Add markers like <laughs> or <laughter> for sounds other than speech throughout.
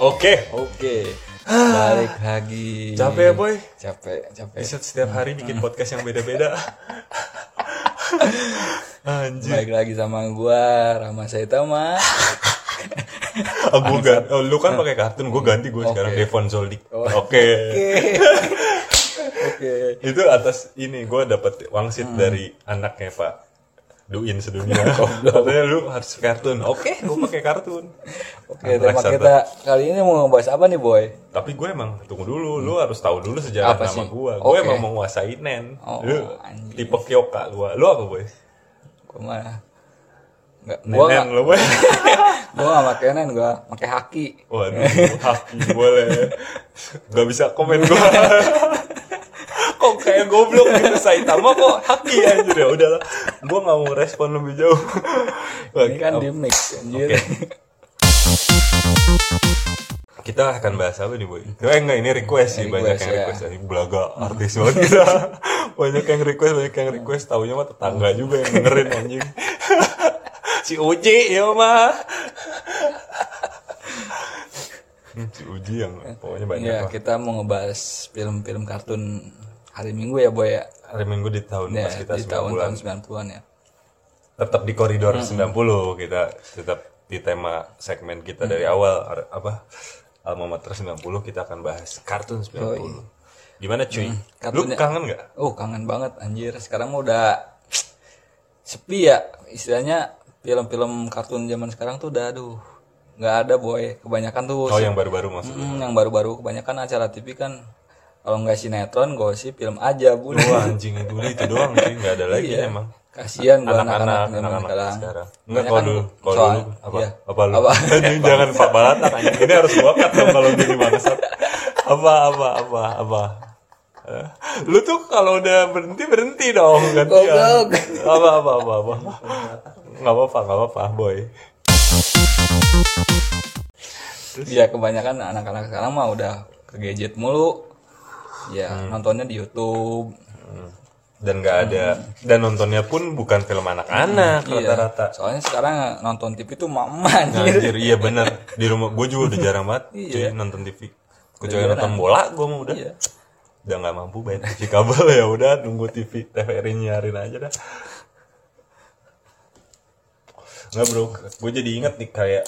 Oke. Oke. Balik lagi. Capek ya, Boy? Eh. Capek, capek. Riset setiap hari bikin podcast yang beda-beda. <laughs> Anjir. Balik lagi sama gua Rama Saitama. Ah, gua gan- oh, lu kan pakai kartun, gue ganti gue sekarang Oke. Oh. Devon Zoldik. Oke. Oke. Itu atas ini gue dapet wangsit Hmm. dari anaknya Pak Duin <laughs> sedunia. Katanya lu harus kartun. Oke, gue pakai kartun. Oke, tema kita kali ini mau ngebahas apa nih, Boy? Tapi gue emang tunggu dulu, lu harus tahu dulu sejarah Hmm. Apa nama sih? gue. Gue Oke. emang menguasai nen. Oh, lu anjir. tipe kyoka gua. Lu apa boy? Gua mana? Enggak, gua Nenen enggak lu <laughs> boy. gua enggak pakai nen, gua pakai haki. Waduh, haki boleh. Gak bisa komen gua. kok <laughs> kayak goblok gitu Saitama kok haki anjir ya udahlah. Gua nggak mau respon lebih jauh. Ini kan di mix anjir. Oke. kita akan bahas apa nih boy? Eh enggak ini request sih banyak Request, yang ya. request Ini belaga artis banget kita <laughs> banyak yang request banyak yang request taunya mah tetangga juga yang dengerin anjing <laughs> si Uji ya mah Hmm, si Uji yang pokoknya banyak Ya, lah. kita mau ngebahas film-film kartun hari Minggu ya, Boy ya. hari Minggu Iya, di tahun Ya, pas kita di 9 bulan tahun-tahun 90-an ya. tetap di koridor 90 kita tetap di tema segmen kita dari awal ar- apa alma mater 90 kita akan bahas kartun 90 gimana cuy lu Kartunnya- kangen nggak Oh kangen banget anjir sekarang mah udah sepi ya istilahnya film-film kartun zaman sekarang tuh udah aduh nggak ada boy kebanyakan tuh oh yang baru-baru maksudnya Hmm, yang baru-baru kebanyakan acara TV kan kalau nggak sinetron gosip film aja bu wah <laughs> anjing itu udah itu doang cuy nggak ada lagi Iya. emang kasihan gua anak-anak anak-anak zaman anak-anak sekarang enggak Kebanyakan kalau dulu kalau kan soal- dulu apa iya. apa lu <laughs> Anjing, jangan pak balatak anjing. ini harus gua cut dong kalau gini bangsat apa apa apa apa Eh, lu tuh kalau udah berhenti berhenti dong gantian Goblok. apa apa apa apa nggak apa apa nggak apa apa boy Iya kebanyakan anak-anak sekarang mah udah ke gadget mulu ya Hmm. nontonnya di YouTube Hmm. dan nggak ada dan nontonnya pun bukan film anak-anak Iya. rata-rata soalnya sekarang nonton TV tuh mama anjir Anjir, iya bener di rumah gue juga udah jarang banget cuy nonton TV kecuali nonton bola gue mau udah Iya. udah nggak mampu bayar TV kabel ya udah nunggu TV TVRI nyarin aja dah nggak bro gue jadi inget nih kayak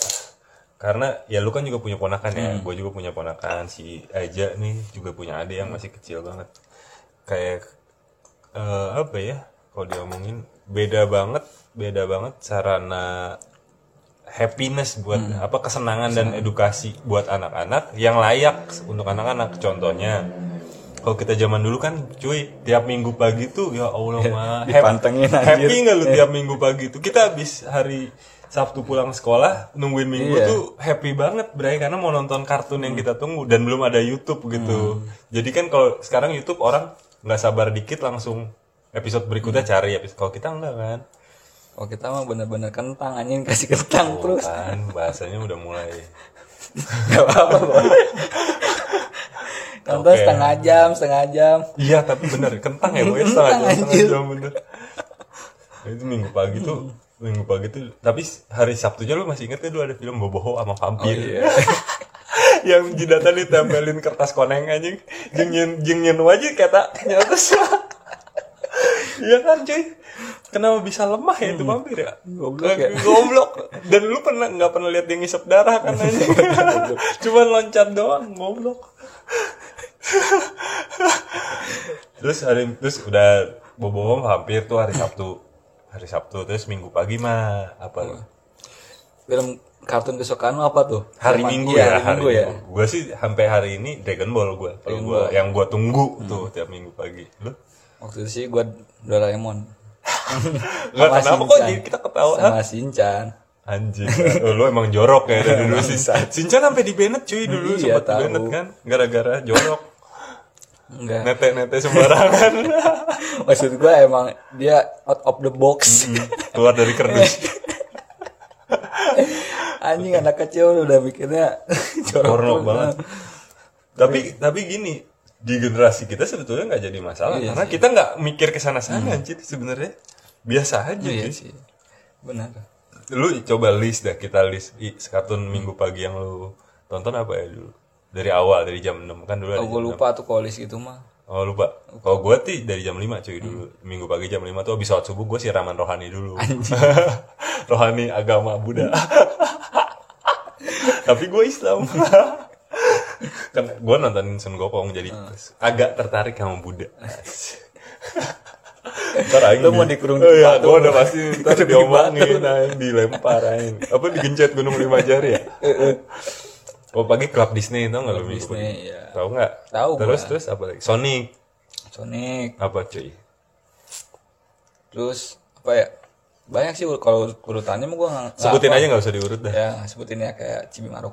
karena ya lu kan juga punya ponakan ya Hmm. gue juga punya ponakan si Aja nih juga punya adik yang masih kecil banget kayak eh, apa ya kalau diomongin beda banget beda banget sarana happiness buat Hmm. apa kesenangan dan edukasi buat anak-anak yang layak untuk anak-anak contohnya kalau kita zaman dulu kan cuy tiap minggu pagi tuh ya Allah mah hap- Iya, Dipantengin, anjir. happy nggak Iya. lu tiap minggu pagi tuh kita habis hari Sabtu pulang sekolah nungguin minggu Iya. Hmm. tuh happy banget Bray karena mau nonton kartun yang kita tunggu dan belum ada YouTube gitu jadi kan kalau sekarang YouTube orang nggak sabar dikit langsung episode berikutnya Hmm. cari episode kalau kita enggak kan Oh kita mah bener-bener kentang anjing kasih kentang terus <laughs> kan bahasanya udah mulai Gak apa-apa Bang. Nonton Oke. setengah jam, setengah jam Iya tapi bener kentang ya boy setengah jam Hmm, Kentang, setengah anjir. jam bener. Nah, itu minggu pagi tuh Hmm. minggu pagi tuh tapi hari Sabtunya lu masih inget kan lu ada film Boboho sama vampir Oh, iya. <laughs> yang jidatnya ditempelin kertas koneng anjing jeng nyen jeng nyen wajib kata nyatus Iya kan cuy Kenapa bisa lemah ya itu vampir ya Goblok ya. Goblok Dan lu pernah nggak pernah lihat dia ngisep darah kan anjing Cuman loncat doang Goblok terus hari terus udah bobo hampir tuh hari Sabtu hari Sabtu terus minggu pagi mah apa lu? Film kartun kesukaan lo apa tuh? hari Film- Minggu ya iya, hari Minggu ya gue sih sampai hari ini Dragon Ball gue kalau gue yang gue tunggu tuh Hmm. tiap minggu pagi lu Waktu itu sih gue Doraemon nggak Sama kenapa kok Shinchan. jadi kita ketawa Hah? Sama Shinchan anjing Oh, lu emang jorok ya dari dulu Shinchan Shinchan sampai di Bennett cuy dulu Iya, sempat di tahu. Bennett kan gara-gara jorok Enggak nete-nete sembarangan <laughs> Maksud gue emang dia out of the box keluar dari kerdus <laughs> Anjing anak kecil udah mikirnya <laughs> jorok porno banget. banget. Tapi tapi gini di generasi kita sebetulnya nggak jadi masalah Iya Hmm. karena kita nggak mikir ke sana sana anjir sebenarnya biasa aja Iya cuy. sih Benar Lu coba list dah kita list i, kartun minggu pagi yang lu Tonton apa ya dulu? Dari awal dari jam 6 kan dulu ada. Kalau gue Oh, lupa tuh kolis gitu mah. Oh lupa. Kalau gue sih dari jam 5 cuy dulu. Minggu pagi jam 5 tuh habis sholat subuh gue siraman rohani dulu. <laughs> rohani agama Buddha. <laughs> Tapi gue Islam. <laughs> kan gue nontonin Sun Gokong jadi Hmm. agak tertarik sama <laughs> Buddha. Ntar aing Lu mau di- dikurung Eh, Iya, batu. gue udah pasti ntar Dikurung di diomongin, aing, dilempar aing. Apa digencet Gunung Limajar ya? Oh pagi klub Disney tau gak lu minggu pagi? Eh, Disney ya. Tahu nggak? Tahu Terus terus apa lagi? Sonic Sonic. apa cuy? Terus apa ya? Banyak sih ur- kalau urutannya mah gue nggak. Sebutin nggak aja nggak usah diurut apa. dah. Ya sebutin ya kayak Cimimaro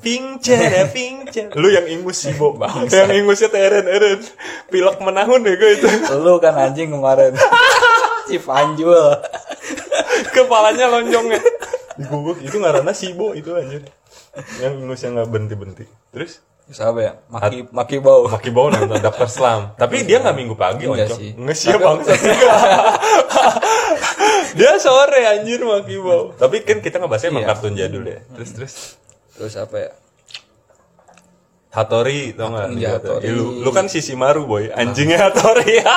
Hmm. Pingce, pingce. <laughs> Lu yang ingus sih, Bob. ya, yang ingusnya teh Eren, Eren. Pilek menahun deh gue itu. Lu kan anjing kemarin. si Panjul. <laughs> Kepalanya lonjongnya. Diguguk itu ngarana Sibo itu anjir. Yang ingusnya nggak berhenti-berhenti. Terus Terus apa ya? Maki maki bau. Maki Bau <laughs> nonton daftar selam. Tapi dia nggak minggu pagi, Enggak oncom. sih. Nggak siap bangsa juga. <laughs> dia sore anjir Maki Bau. Tapi kan kita ngebahasnya emang Iya. kartun jadul ya. Terus terus. Terus apa ya? Hattori tau gak? Iya, Hattori. Lu, lu kan sisi maru boy, anjingnya Hattori ya.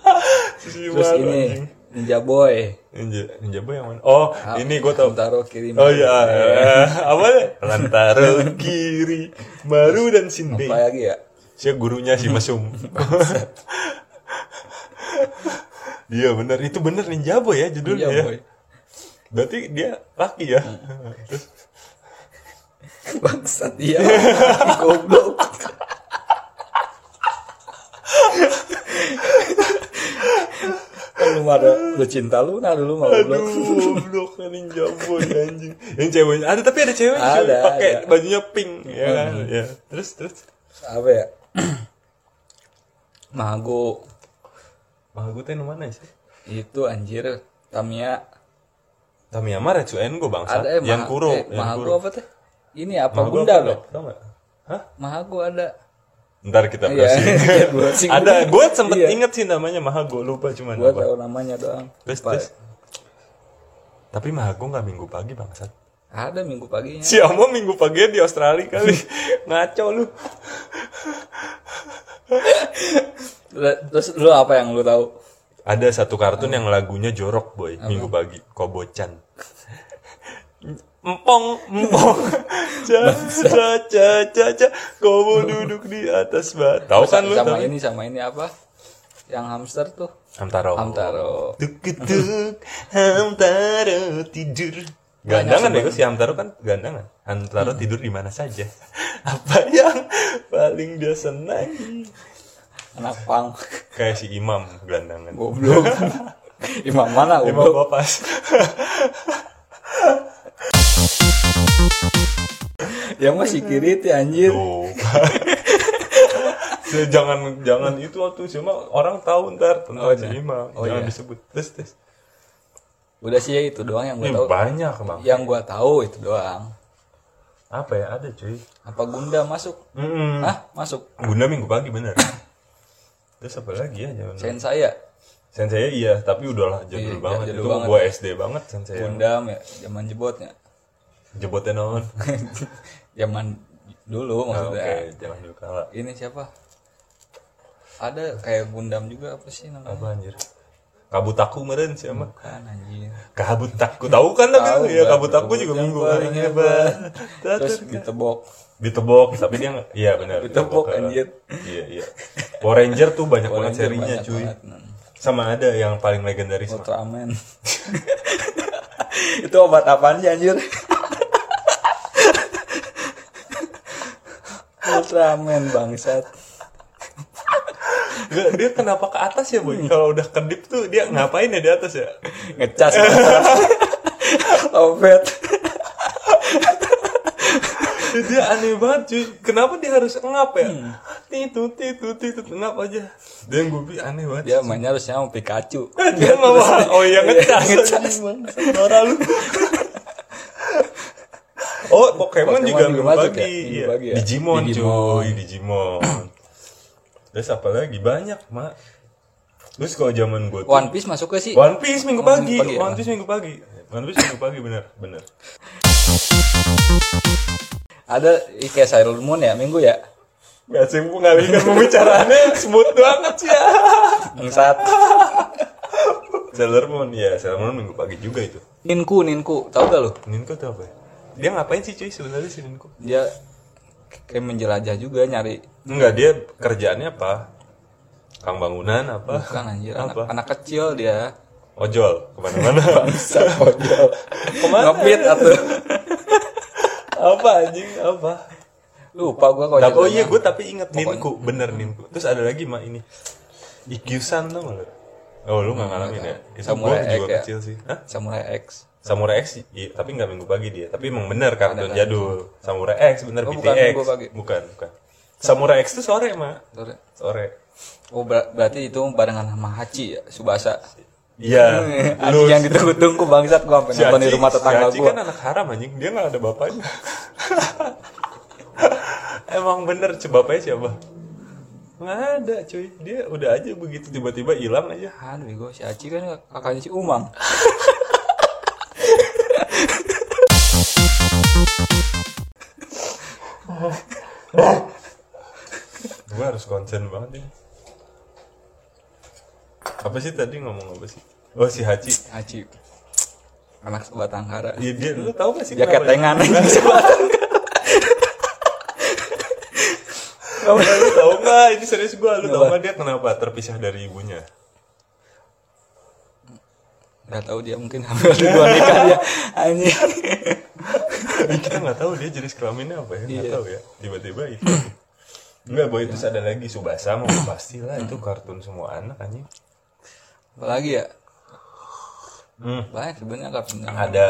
<laughs> sisi Terus maru ini anjing. Ninja Boy. Ninja, ninja boy yang mana? Oh, Ah. ini gue tau. Taro kiri. Oh <laughs> iya, eh, apa ya? Rantaro kiri, Maru dan Shinbei. Apa lagi ya? Saya gurunya si <laughs> Mesum. Iya benar, itu benar Ninja Boy ya judulnya Ninja ya. Boy. <laughs> Ah. Berarti dia laki ya. Terus Bangsat dia. <laughs> Goblok. kan lu ada lu cinta lu nah dulu mau Aduh, goblok. goblok kan Ninja Boy anjing. Yang ceweknya ada tapi ada cewek Ada, cewek pakai ada. bajunya pink ya kan. Ya. Terus terus Apa ya? <clears throat> Mago Wah, gue tanya mana sih? itu anjir Tamiya Tamiyama Retsuen gue bangsa. ada eh, yang Maha- kuro, eh, yang Mahago kuro. apa teh? Ini apa Mahago Gundam apa, ya? Tau nggak? Hah? Mahago ada. Ntar kita <laughs> Iya. browsing. Browsing. ada, gue sempet Iya. inget sih namanya Mahago lupa cuman Gua apa. tahu namanya doang. Terus, Pak- terus. Tapi Mahago nggak minggu pagi bangsat. Ada minggu paginya. Si Amo minggu pagi di Australia kali <laughs> ngaco lu. Terus lu apa yang lu tahu? Ada satu kartun yang lagunya jorok boy minggu pagi kobocan. Empong, <laughs> empong, ca ca ca ca ca, kau mau duduk di atas batu. Tahu kan lu? sama tahu? ini sama ini apa? Yang hamster tuh. Hamtaro. Hamtaro. Tuk tuk Hamtaro tidur. Gandangan ya si Hamtaro kan gandangan. Hamtaro tidur di mana saja. <laughs> Apa yang paling dia senangi? Anak pang. <laughs> Kayak si Imam gandangan. Goblok. <laughs> Imam mana Imam goblok? Bapas. <laughs> Ya masih kiri tuh anjir. Tuh. <laughs> Se- jangan jangan itu waktu cuma orang tahu ntar tentang Oh, si iya. Imam. Oh, jangan iya. disebut. Terus terus. Udah sih ya itu doang yang gua Ini tahu. Iya. banyak bang. Yang gua tahu itu doang. Apa ya ada cuy. Apa Gunda masuk? Mm-mm. Hah, masuk. Bunda minggu pagi bener. Terus apa lagi ya jangan. Sen saya Sensei iya, tapi udahlah jadul Iya, banget. jadul itu banget. gua SD banget sensei. Gundam ya, zaman jebotnya. <laughs> Jebotnya naon. zaman Ah, dulu Oke, <laughs> maksudnya. jangan dulu kalah. Ini siapa? Ada kayak Gundam juga apa sih namanya? Apa anjir? Kabut aku meren sih emang. Bukan anjir. Kabut aku tahu kan tapi Tahu ya kan, kabut aku kabut juga yang minggu gitu. paling paling <laughs> hebat. Terus Terus ditebok. ditebok tapi dia nggak- iya benar. Ditebok, ditebok, anjir. Iya iya. Power Ranger tuh banyak Power banget Ranger serinya banyak cuy. banget, nah. Sama ada yang paling legendaris mah. Ultraman. <laughs> itu obat apaan sih anjir? <laughs> Ultraman bangsat. Nggak, dia kenapa ke atas ya boy? Kalau udah kedip tuh dia ngapain ya di atas ya? Ngecas. <laughs> Obat. dia aneh banget cuy kenapa dia harus ngap ya Hmm. titu titu titu ngap aja dia yang gue bi- aneh banget Dia mainnya harusnya sama Pikachu. <laughs> dia mau <laughs> oh iya ngecas ngecas. Nora lu oh Pokemon, Pokemon juga juga minggu masuk pagi, ya? Minggu iya. pagi ya? Digimon, Digimon. cuy Digimon terus apa lagi banyak mak terus kalau zaman gue tuh One Piece masuk ke sih? One Piece iya. minggu One pagi, Piece pagi ya? One Piece minggu pagi One Piece minggu pagi bener bener ada ih, kayak Sailor Moon ya minggu ya Gak sih, gue ngalihin pembicaraannya smooth banget sih ya. Bangsat. Sailor Moon, ya Sailor Moon minggu pagi juga itu. Ninku Ninku tau gak lu Ninko tuh apa ya? Dia ngapain sih cuy sebenarnya si Ninko? dia kayak menjelajah juga nyari Enggak, dia kerjaannya apa? Kang bangunan apa? bukan anjir anak, Apa? anak kecil dia Ojol <laughs> kemana-mana. bisa konyol ngepit atau apa anjing? Apa? lupa gua konyol Tapi, oh iya, gue tapi inget Ninku, bener Ninku. Terus ada lagi mah ini. Ikyusan tuh malah. Oh lu nggak ngalamin ya? Itu gue Samurai X juga ya. kecil sih. Hah? Samurai X Samurai X, i- tapi nggak minggu pagi dia. Tapi emang bener kartun jadul. Samurai X bener kan? Oh, bukan BTX. Minggu Pagi. Bukan, bukan. Samurai X tuh sore mah. Sore. oh ber- berarti itu barengan sama Hachi ya Subasa Iya. <laughs> Anjing yang ditunggu-tunggu bangsat gua sampai Si nonton di Aci- rumah si tetangga Aci gua kan anak haram anjing, dia nggak ada <laughs> bapaknya. Emang bener coba bapaknya siapa? Nggak ada cuy, dia udah aja begitu tiba-tiba hilang aja. aduh gua si Aci kan kakaknya si Umang Gue harus concern banget ini. Apa sih tadi ngomong apa sih? Oh si Haji. Hachi anak sebatangkara Iya dia, lu tau gak sih dia kenapa ya? ketengan sebatang Kenapa? <laughs> lu tau gak? Ini serius gue, lu tau Kenapa? gak dia kenapa terpisah dari ibunya? <laughs> nggak tahu dia mungkin hamil di luar nikah dia anjir Ih, kita nggak tahu dia jenis kelaminnya apa ya nggak Iya. tahu ya tiba-tiba itu nggak boy itu ada lagi subasa mau pasti lah itu kartun semua anak anjing apalagi ya Hmm. banyak sebenarnya kartun yang ada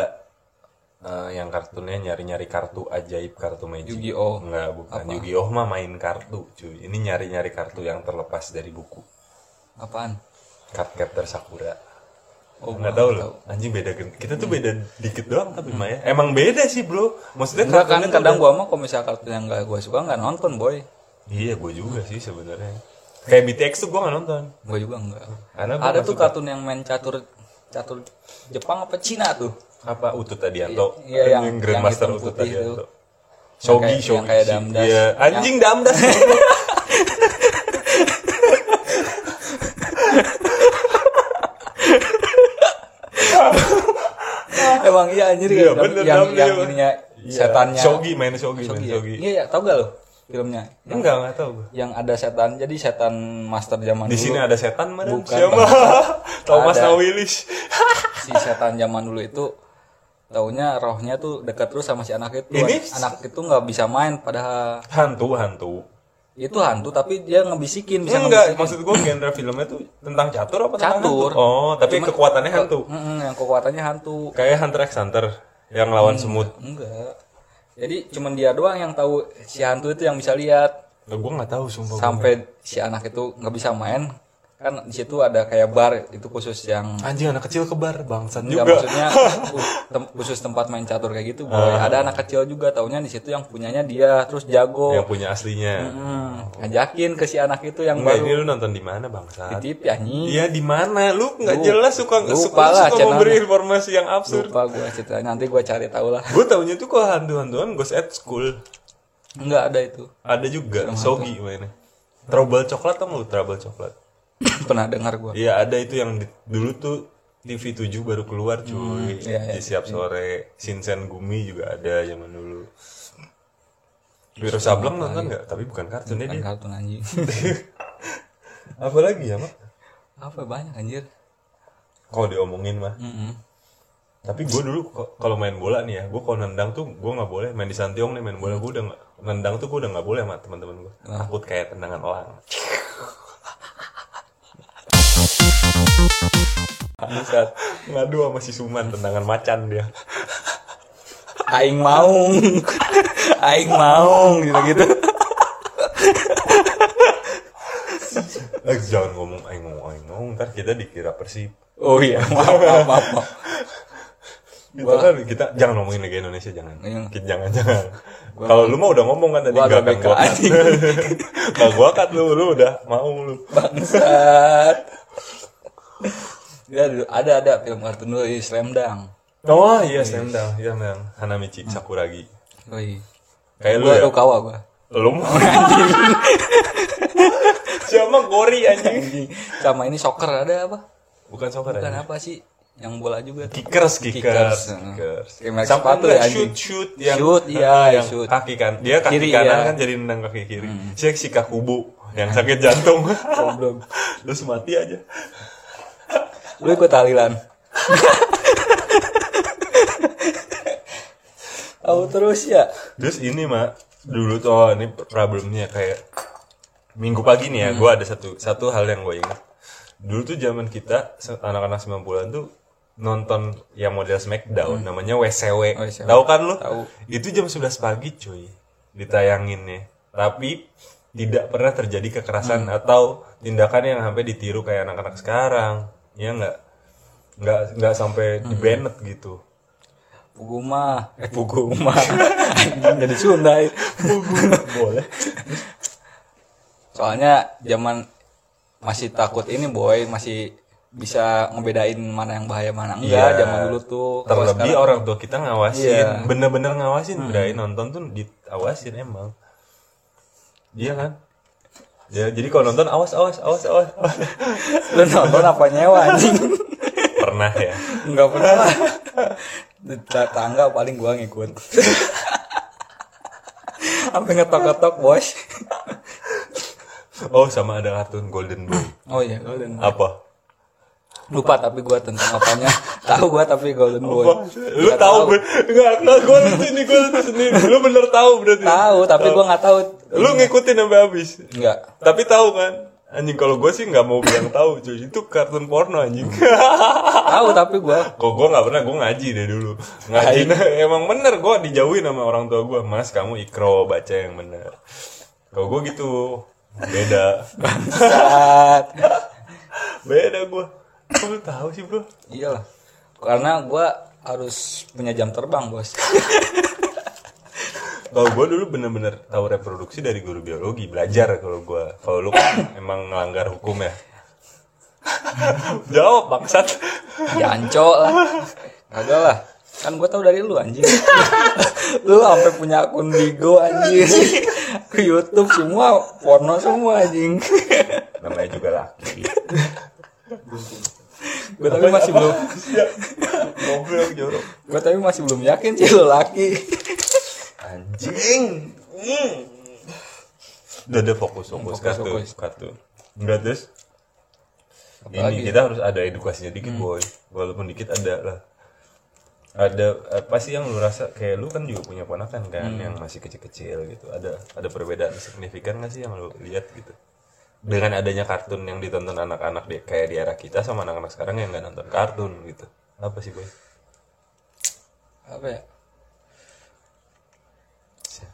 eh, yang kartunnya nyari-nyari kartu ajaib kartu magic Yu-Gi-Oh. nggak bukan Yu-Gi-Oh mah main kartu cuy ini nyari-nyari kartu yang terlepas dari buku apaan card captor sakura Oh, Hmm. nggak tahu loh anjing beda gen- kita tuh beda dikit doang tapi Maya emang beda sih bro maksudnya Enggak kan kartunnya tuh kadang udah- gua mah kalau misalnya kartun yang gak gua suka nggak nonton boy iya gue juga sih sebenarnya kayak BTX tuh gue nggak nonton gua juga enggak Karena gua ada nggak tuh suka. kartun yang main catur catur Jepang apa Cina <laughs> tuh apa Utut Adianto Iya, iya, yang- Grandmaster yang hitam Utut putih Adianto itu. Shogi kayak- Shogi yang kayak Damdas. iya anjing Damdas <laughs> Iya. emang iya anjir Iya, kayak dam- bener, yang dam- yang iya. ininya Iya, setannya Shogi main Shogi main Shogi ya? Shogi iya ya tau gak lo filmnya yang, enggak enggak tahu gua. yang ada setan jadi setan master zaman di dulu sini ada setan madam Bukan, siapa <laughs> Thomas Ada. Nawilis <laughs> si setan zaman dulu itu taunya rohnya tuh dekat terus sama si anak itu Ini? anak itu nggak bisa main padahal hantu hantu itu hantu tapi dia ngebisikin bisa enggak ngebisikin. maksud gue genre filmnya tuh tentang catur apa tentang Catur. hantu? oh tapi kekuatannya hantu Mm-mm, yang kekuatannya hantu kayak Hunter x Hunter yang lawan Hmm. semut enggak jadi cuman dia doang yang tahu si hantu itu yang bisa lihat Nah, gue nggak tahu sumpah gua. sampai si anak itu nggak bisa main kan di situ ada kayak bar itu khusus yang anjing anak kecil kebar bangsan Enggak, juga maksudnya u- tem- khusus tempat main catur kayak gitu boy. ada anak kecil juga taunya di situ yang punyanya dia terus jago yang punya aslinya Hmm, ngajakin ke si anak itu yang enggak ini baru lu nonton di mana bangsa di TV anjing Iya di mana? Lu nggak Lu- jelas suka lupa suka, lah suka channelnya. memberi informasi yang absurd. lupa gue cerita nanti gue cari tahu lah Gue taunya tuh kok hantu-hantuan Ghost at School. nggak ada itu <laughs> Ada juga Sogi mainnya. Trouble coklat tau nggak lu Trouble coklat? pernah dengar gue Iya ada itu yang di- dulu tuh TV 7 baru keluar cuy. iya, iya. Di siap sore Shinsen Gumi juga ada zaman dulu. Wiro Sableng nonton nggak? Tapi bukan kartun ya kan dia. kartun anjing <laughs> Apa lagi ya, Mak? apa banyak anjir Kalau diomongin mah. Mm-mm. Tapi gue dulu ko- kalau main bola nih ya, gue kalau nendang tuh gue nggak boleh main di Santiong nih main bola gue udah nggak nendang tuh gue udah nggak boleh sama teman-teman gue. Nah. Takut kayak tendangan orang. Bisa ngadu sama si Suman tendangan macan dia. aing maung <laughs> aing maung gitu gitu Eh, jangan ngomong aing ngomong aing ngomong ntar kita dikira persib. oh <laughs> iya maaf maaf maaf, maaf. Kita kan kita jangan ngomongin Liga Indonesia jangan. Iya. Kita- jangan jangan. Kalau lu mah udah ngomong kan tadi Gua nggak agak akan <laughs> gua BK, cut. anjing. Nggak gua cut lu lu udah mau lu. bangsat ya, dulu- ada ada film kartun dulu di Slam Dunk Oh Oh, iya, Slam Dunk, iya Slam Dunk. Hanamichi Sakuragi. Woi, Kayak lu Hmm. Gua ya? lu kawa gua. Lu mau <laughs> anjing. Siapa gori anjing? Anjing. Sama ini soccer ada apa? Bukan soccer Bukan anjing. apa sih? Yang bola juga tuh. Kickers, Kickers, kickers, heeh. kickers. Kayak merek Sama sepatu enggak ya, anjing. shoot, shoot yang Shoot, iya, yang shoot. kaki kan. Dia kaki Kiri, kanan iya. Hmm. kan jadi nendang kaki kiri. Si si Kakubu yang sakit jantung. <laughs> Goblok. Terus mati aja. Lu ikut talilan. Tahu terus ya. Terus ini mak dulu tuh oh, ini problemnya kayak minggu pagi nih ya, gua ada satu satu hal yang gue ingat. Dulu tuh zaman kita se- anak-anak 90-an tuh nonton yang model Smackdown namanya WCW. WCW. Tahu kan lu? Tahu. Itu jam 11 pagi cuy ditayanginnya. Tapi tidak pernah terjadi kekerasan atau tindakan yang sampai ditiru kayak anak-anak sekarang. Ya enggak nggak nggak sampai dibenet gitu. <laughs> Puguma, eh Puguma. Anjing, Jadi Sunda. ya. Boleh. Soalnya zaman masih takut ini boy, masih bisa ngebedain mana yang bahaya mana enggak Iya. zaman dulu tuh. Kalau terlebih sekarang- orang tua kita ngawasin Iya. Hmm. bener-bener ngawasin berani nonton tuh diawasin emang iya kan ya jadi kalau nonton awas awas awas <laughs> awas, awas. <laughs> lu nonton apa nyewa anjing? pernah ya Enggak pernah. lah. Di Tetangga paling gua ngikut. <laughs> Sampai ngetok-ngetok, Bos. oh sama ada kartun Golden Boy Oh iya, Golden Boy. apa Lupa tapi gua tentang apanya. Tahu gua tapi Golden Boy. Apa? Oh, lu Nggak tahu gue nggak nggak gue lucu nih gue lucu sendiri lu bener tahu berarti Tahu, tapi gua nggak tahu. lu ngikutin sampai habis Enggak. tapi tahu kan anjing kalau gue sih nggak mau bilang tahu cuy itu kartun porno anjing <laughs> Tahu tapi gua Kok gue gak pernah, gue ngaji deh dulu Ngaji, <laughs> emang bener gue dijauhin sama orang tua gue Mas kamu ikro, baca yang bener Kalau gue gitu, <laughs> beda saat Beda gue Kok lu tau sih bro? iyalah karena gua harus punya jam terbang bos <laughs> Kalau gue dulu bener-bener tahu reproduksi dari guru biologi Belajar kalau gue Kalau lu <coughs> kan emang ngelanggar hukum ya <laughs> Jawab bangsat janco lah kagak lah kan gua tahu dari lu anjing <laughs> lu sampai punya akun bigo <laughs> anjing ke YouTube semua porno semua anjing Namanya juga laki <laughs> gua tapi masih belum Goblok jorok gua tapi masih belum yakin sih lu laki Anjing. Udah ada fokus fokus Fokus, kartu fokus. kartu. Enggak terus. Apalagi? Ini kita harus ada edukasinya dikit Hmm. boy. Walaupun dikit ada lah. Ada apa sih yang lu rasa kayak lu kan juga punya ponakan kan Hmm. yang masih kecil-kecil gitu. Ada ada perbedaan signifikan gak sih yang lu lihat gitu? Dengan adanya kartun yang ditonton anak-anak di, kayak di era kita sama anak-anak sekarang yang nggak nonton kartun gitu. Apa sih boy? apa ya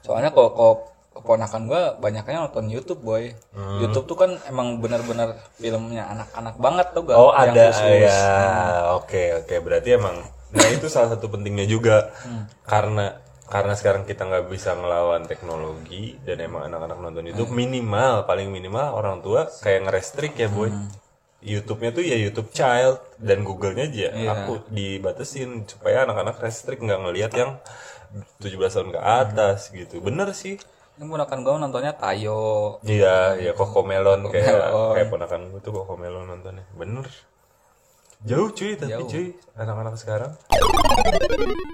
soalnya kalau kalau keponakan gua banyaknya nonton YouTube boy Hmm. YouTube tuh kan emang benar-benar filmnya anak-anak banget tuh gak Oh ada ya. Oke oke berarti emang. Nah itu salah satu pentingnya juga karena karena sekarang kita nggak bisa ngelawan teknologi dan emang anak-anak nonton YouTube minimal paling minimal orang tua kayak ngerestrik ya boy. YouTube-nya tuh ya YouTube Child dan Google-nya aja aku dibatesin supaya anak-anak restrik nggak ngelihat yang 17 tahun ke atas gitu. Bener sih. Ini ponakan gue nontonnya Tayo. Iya, ya Kokomelon kayak Kokomelon. kayak ponakan gue tuh Kokomelon nontonnya. Bener. Jauh cuy, tapi cuy anak-anak sekarang